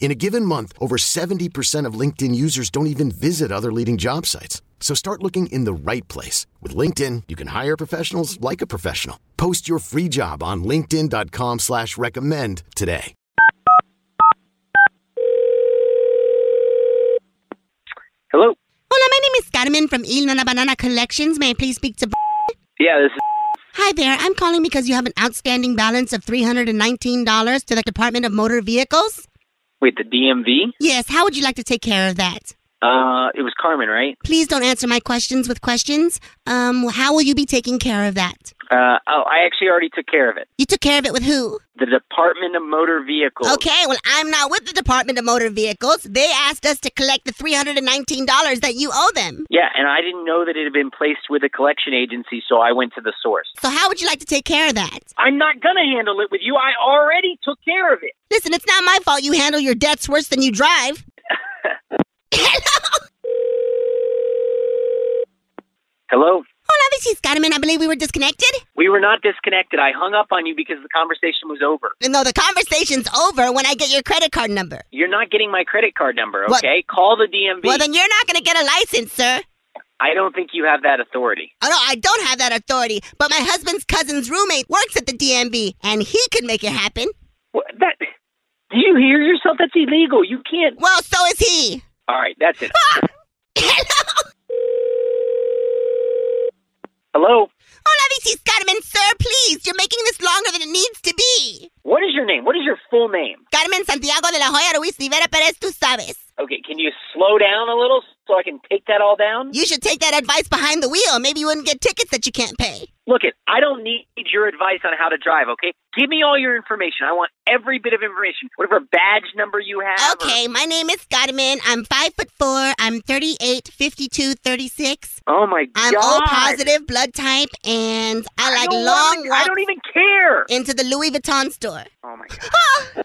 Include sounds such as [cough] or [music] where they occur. In a given month, over 70% of LinkedIn users don't even visit other leading job sites. So start looking in the right place. With LinkedIn, you can hire professionals like a professional. Post your free job on linkedin.com slash recommend today. Hello. Hola, my name is Carmen from Il Nana Banana Collections. May I please speak to... Yeah, this is. Hi there, I'm calling because you have an outstanding balance of $319 to the Department of Motor Vehicles. Wait, the DMV? Yes, how would you like to take care of that? Uh, it was Carmen, right? Please don't answer my questions with questions. Um, how will you be taking care of that? Uh, oh, I actually already took care of it. You took care of it with who? The Department of Motor Vehicles. Okay, well, I'm not with the Department of Motor Vehicles. They asked us to collect the $319 that you owe them. Yeah, and I didn't know that it had been placed with a collection agency, so I went to the source. So, how would you like to take care of that? I'm not gonna handle it with you. I already took care of it. Listen, it's not my fault you handle your debts worse than you drive. [laughs] Hello? Hello. Hola, this is Carmen. I believe we were disconnected. We were not disconnected. I hung up on you because the conversation was over. No, the conversation's over when I get your credit card number. You're not getting my credit card number, What? okay? Call the DMV. Well, then you're not going to get a license, sir. I don't think you have that authority. Oh, no, I don't have that authority, but my husband's cousin's roommate works at the DMV, and he could make it happen. What, that. Do you hear yourself? That's illegal. You can't. Well, so is he. [laughs] All right, that's it. Hello? Hello. Hola, this is Carmen, sir. Please, you're making this longer than it needs to be. What is your name? What is your full name? Carmen Santiago de la Joya Ruiz Rivera Perez, tú sabes. Okay, can you slow down a little so I can take that all down? You should take that advice behind the wheel. Maybe you wouldn't get tickets that you can't pay. Look, it. I don't need your advice on how to drive. Okay, give me all your information. I want every bit of information. Whatever badge number you have. or- Okay, my name is Godman. I'm five foot four. I'm 38, 52, 36. oh my I'm O god. positive blood type, and I I like don't long wanna- I walks don't even care. into the Louis Vuitton store. Oh my god.